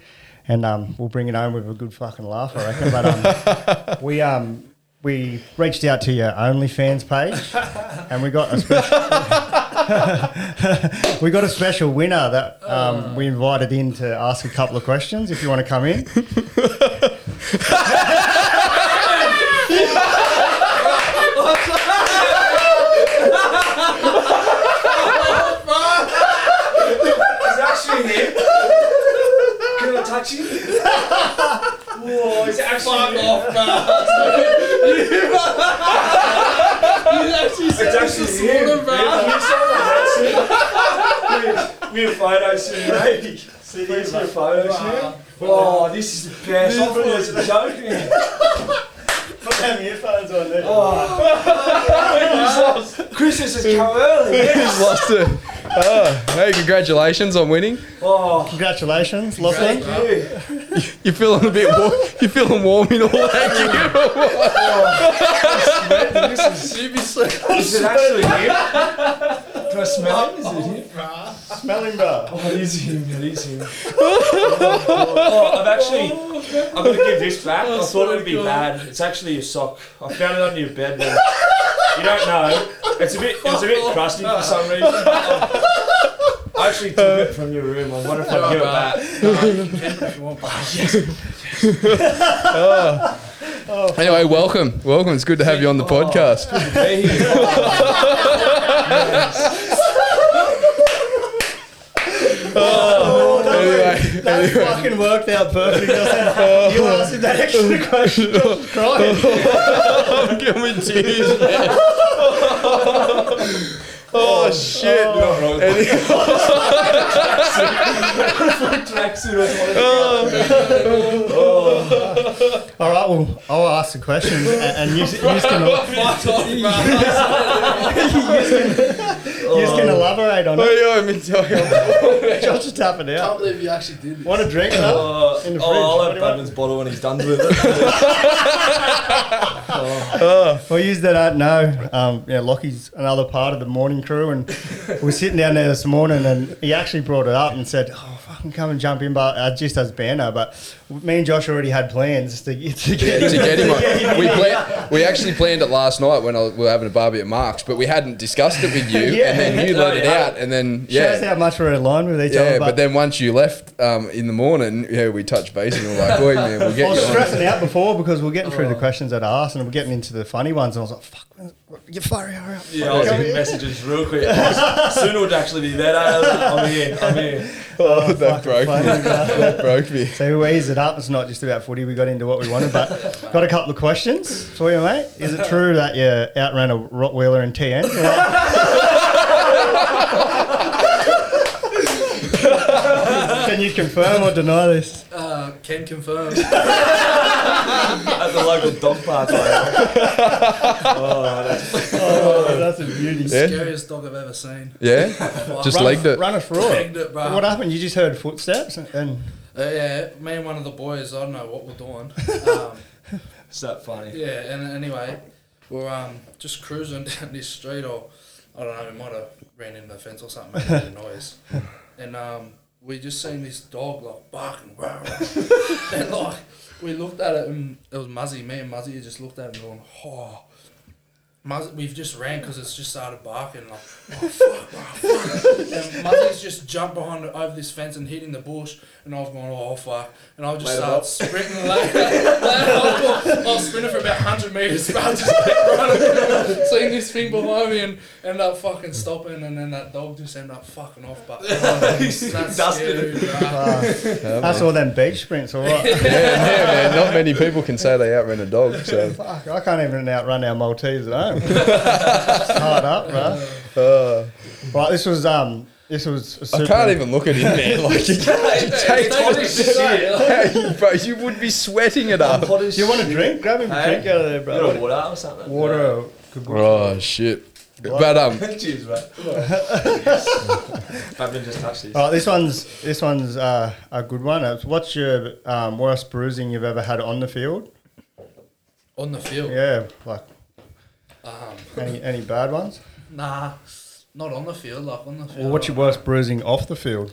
and um, we'll bring it home with a good fucking laugh, I reckon. But um, we um we reached out to your OnlyFans page and we got a special we got a special winner that um, we invited in to ask a couple of questions. If you want to come in, He's actually here. Can I touch you? Whoa, he's actually here. It's actually him. We have we have- we have photo soon, mate. Please do a photo soon. Oh, this is the best. I thought it was a joke. man. put them earphones on there. Christmas has come early. He's lost it. Oh, hey, congratulations on winning. Oh, Congratulations, Lachlan. thank you. You're feeling a bit warm. You're feeling warm in all that This is, You'd be so is it actually him? Can I smell him? Is it him? Smelling bar. Oh, it is him. It is him. oh, I've actually. I'm gonna give this back. I thought it'd be bad. It's actually your sock. I found it under your bed. Man. You don't know. It's a bit. It's a bit crusty for some reason. I actually took it from your room. I wonder if I'd give it back. if you want. but gear. Anyway, welcome. Welcome. It's good to have you on the podcast. Hey, Oh, Anyway, That fucking worked out perfectly. you asked him that extra question. I was crying. I'm giving tears, man. Oh, shit. tracksuit or something. All right, well, I'll ask the questions, and, and you, you can, you can Oh. elaborate on it. Hey, yo, me too. Josh is tapping I out. can't believe you actually did this. Want a drink, though? Oh, In the fridge. oh, I'll What do have you want? Badman's bottle when he's done with it. Oh. Oh. We'll use that out now. Um, yeah, Lockie's another part of the morning crew, and we are sitting down there this morning, and he actually brought it up and said, "Oh, fucking come and jump in," but uh, just as banner. But me and Josh already had plans to, to get to get him on. We, plan- we actually planned it last night when I was, we were having a barbie at Mark's, but we hadn't discussed it with you, Yeah. and then you let it yeah. out, and then Shows yeah. how much we're aligned with each Yeah, other. but, then once you left um, in the morning, yeah, we touched base and we were like, "Boy, man, we'll I get was you on." stressing out before because we're getting through the questions that I asked and we're getting into the funny ones, and I was like, "Fuck, you furry, hurry up!" Yeah, I was getting messages real quick. Soon it would actually be there. I was like, I'm here. I'm here. Oh, that broke me. Funny, but- That broke me. so we eased it up. It's not just about footy. We got into what we wanted, but got a couple of questions for you, mate. Is it true that you outran a Rottweiler in TN? Can you confirm or deny this? Uh, can confirm. At the local dog park. Like, Oh, that's a beauty. Yeah, Scariest dog I've ever seen. yeah. Just Run, legged it. run us through Pegged it. it, bro. What happened? You just heard footsteps and. and Uh, yeah, me and one of the boys, I don't know what we're doing. Um, It's that funny. yeah, and anyway, we're um, just cruising down this street, or I don't know, we might have ran into the fence or something, made a noise. And um, we just seen this dog like barking, rah, rah. and like we looked at it, and it was Muzzy. Me and Muzzy just looked at it and going, oh. Muzz, we've just ran because it's just started barking. Like, oh, fuck, oh, fuck. and Muzzy's just jumped behind over this fence and hid in the bush. And I was going, oh, fuck. And I just started sprinting. Like, I was going- I was sprinting for about 100 metres. But I just kept running. Seeing this thing behind me and ended up fucking stopping. And then that dog just ended up fucking off. But oh, that's scary, bro. That's all them beach sprints, all right. yeah, man. Not many people can say they outran a dog. So Fuck, I can't even outrun our Maltese at home. it's hard up, bro. Right, this was um, this was. a I super- can't even look at him, man. Like you can't you take Take this shit. Hey, bro, you would be sweating it up. Do you want a drink? Grab him a Hey. drink out of there, bro. Bit of water or something. Water. Could be- Oh shit. But um, Cheers, mate. I've been just touched this. All right, this one's this one's uh, a good one. It's, what's your um, worst bruising you've ever had on the field? On the field. Yeah, like any any bad ones? Nah, not on the field. Like, on the field. Or what's your worst bruising off the field?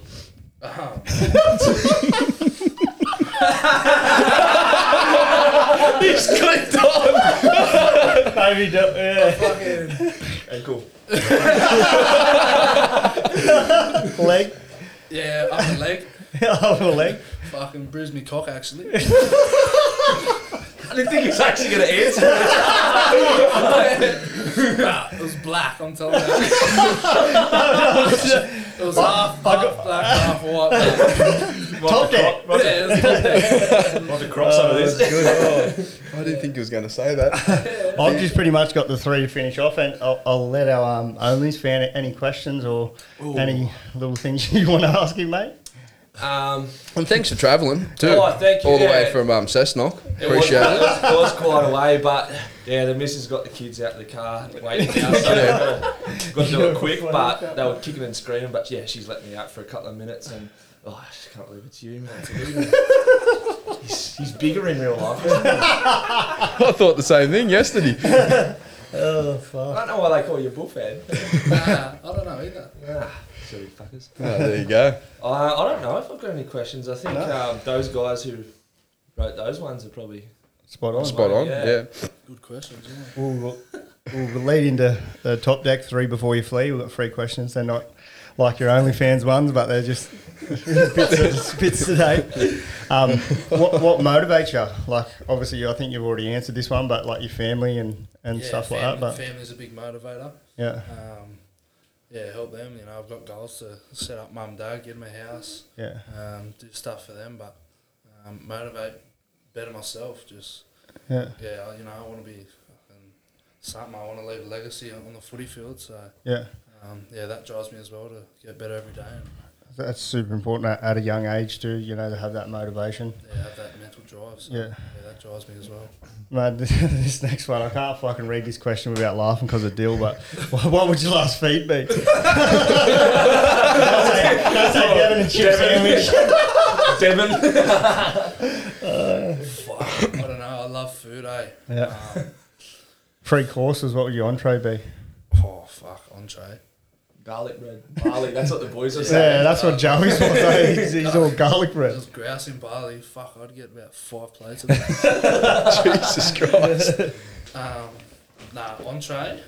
he's clicked on. Maybe uh, don't, yeah. Ankle. leg, Yeah, upper leg. off the leg. Fucking bruised me cock, actually. I didn't think he was actually going to answer. Nah, it was black, I'm telling you. it was half, half black, half white. Mate. Top deck. Yeah, it was top deck. Want to cross over this? Oh, I didn't think he was going to say that. I've just pretty much got the three to finish off, and I'll, I'll let our um, only's fan any questions or any little things you want to ask him, mate. Uh, Um, And thanks for travelling too. Oh, thank you, All the way yeah. from um, Cessnock. it Appreciate was, it. it. was quite a way, but yeah, the missus got the kids out of the car waiting for us, so we've got to do it quick. But they were kicking and screaming, but yeah, she's let me out for a couple of minutes and. Oh, I just can't believe it's you, man. he's, he's bigger in real life. isn't he? I thought the same thing yesterday. Oh fuck! I don't know why they call you Bullfed. Nah, I don't know either. Silly fuckers. Oh, there you go. Uh, I don't know if I've got any questions. I think um, those guys who wrote those ones are probably. Spot on. Spot on. Yeah. yeah. Good questions, yeah. We'll, we'll lead into the top deck three before you flee. We've got three questions. They're not like your OnlyFans ones, but they're just bits, of, bits today. Um, what, what motivates you? Like, obviously, you, I think you've already answered this one, but like your family and, and yeah, stuff family, like that. But Family's a big motivator. yeah, Um, yeah, help them. You know, I've got goals to set up mum, dad, get them a house, yeah. um, do stuff for them, but um, motivate, better myself. Just Yeah, yeah, I- you know, I want to be fucking something. I want to leave a legacy on on the footy field. So yeah. um, yeah, that drives me as well to get better every day and That's super important at, at a young age too. You know, to have that motivation. yeah, have that mental drive. So, Yeah. yeah. that drives me as well. Man, this, this next one, I can't fucking read this question without laughing because of Dill. But what, what would your last feed be? That's a, that's a Devon and chip sandwich. Devon! Fuck, I don't know. I love food, eh? Yeah. Three courses. What would your entree be? Oh fuck, entree. Garlic bread. Barley, that's what the boys are saying. Yeah, that's what Joey's was. eh? He's, he's all garlic bread. Just grouse in Bali. Fuck, I'd get about five plates of that. Jesus Christ. um, nah, entree.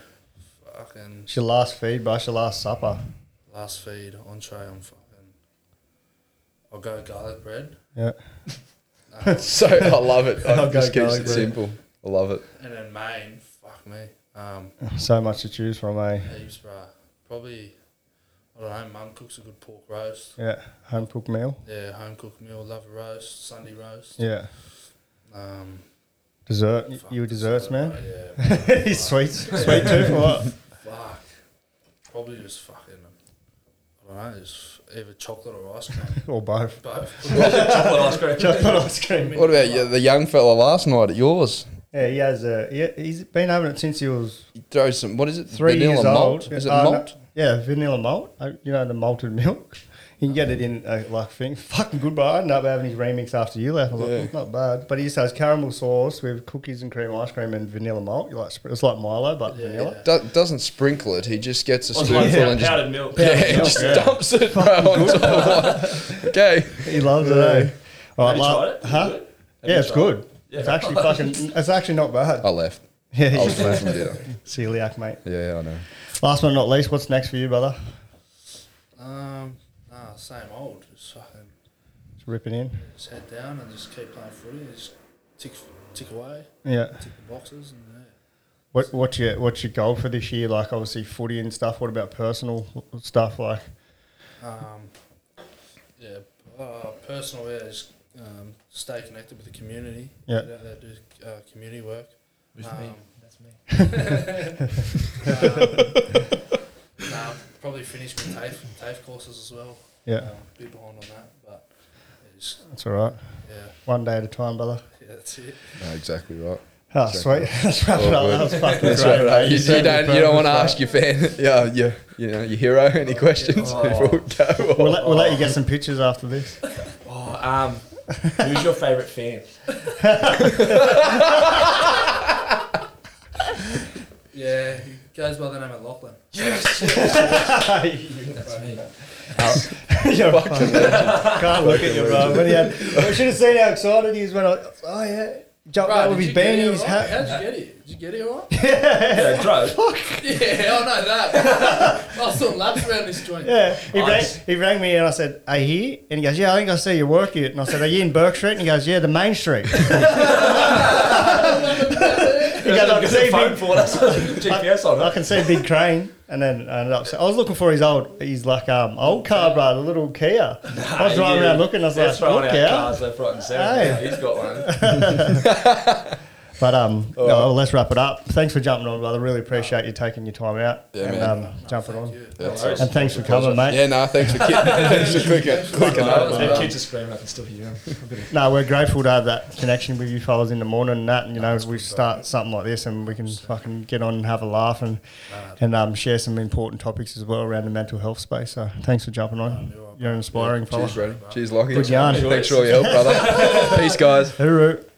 Fucking It's your last feed, but it's your last supper. last feed entree. I'm fucking. I'll go garlic bread Yeah. so I love it. I'll I go just keeps garlic it bread. simple. I love it. and then main. Fuck me. Um, So much to choose from, eh? heaps, bro. Probably. I don't know. Mum cooks a good pork roast. Yeah. Home cooked meal. Yeah, home cooked meal. Love a roast. Sunday roast. Yeah. Um, Dessert. fuck, You a desserts man? Yeah. He's sweet. Sweet too for what? Fuck. Probably just fucking. I don't know, just either chocolate or ice cream. Or both. Both. Chocolate ice cream. Chocolate ice cream. What about you, the young fella last night at yours? Yeah, he has. Uh, he, he's been having it since he was He throws some. What is it? three vanilla years malt? old. Is it Uh, no- malt? yeah, vanilla malt. Uh, You know the malted milk. You can get it in a like thing. Fucking good, bro. I ended up having his remix after you left. I was like, not bad. But he just has caramel sauce with cookies and cream ice cream and vanilla malt. You like sp- it's like Milo, but vanilla. Do- doesn't sprinkle it. He just gets a It's spoonful Uh, like and just, powdered milk. yeah, he just dumps it bro, on top. Like, okay. He loves it. Eh? All Have you la- tried it? Is it Huh? good? Have yeah, you it's tried it? good. It's actually fucking. It's actually not bad. I left. I Yeah, was flat from dinner. celiac, mate. Yeah, I know. Last but not least, what's next for you, brother? Um, nah, same old. Just fucking Just ripping in. just head down and just keep playing footy. Just tick tick away, Yeah. tick the boxes, and yeah. What, what's your what's your goal for this year? Like obviously footy and stuff. What about personal stuff? Like Um, yeah. Uh, personal, yeah. Just um, stay connected with the community. Yeah. Get out there, do uh, community work. Um, That's me. Um, nah, probably finish with TAFE, TAFE courses as well. Yeah. Um, be behind on that, but yeah, just, that's all right. yeah, One day at a time, brother. yeah, that's it. No, exactly right. Oh, Exactly. sweet. Let's wrap it up. That was fucking That's great, right. mate. You, you served your don't. You don't want to purpose, ask your fan. Yeah, yeah. You know your hero. Any questions? We'll go. mate. We'll let, we'll let you Oh. get some pictures after this. Oh, um, who's your favourite fan? Yeah, he goes by the name of Lachlan. You're fucking Can't look at you, bro. When he had, we should have seen how excited he was when I. Oh yeah, jumped out with his beanie, his hat. How'd you get here? Did you get here all right? Yeah, Drove. yeah, I know that. I was doing laps around this joint. Yeah, he rang, Nice. he rang me and I said, Are you here? And he goes, Yeah, I think I see you work here. And I said, Are you in Burke Street? And he goes, Yeah, the main street. he goes, I can, see phone big, for us. GPS on I it. can see Big Crane. And then I ended up, I was looking for his old, his like um, old car, bro, the little Kia. I was driving Yeah. around looking, I was They're like, throwing Look out out. cars left, right, and centre. Hey. He's got one. But um, no, well, let's wrap it up. Thanks for jumping on, brother. Really appreciate you taking your time out Yeah, and man. um, jumping on. That's worries. all. And thanks for coming, mate. Yeah, no, thanks for ki- thanks for clicking, clicking No, up. the kids are screaming. I can still hear them. No, we're grateful to have that connection with you fellas in the morning and that, and you know, we start something like this and we can fucking get on and have a laugh and and um, share some important topics as well around the mental health space. So thanks for jumping on. You're an inspiring Cheers, fella. Brady. Cheers, Lockie. Good yarn. Thanks for all your help, brother. Peace, guys. Hooroo.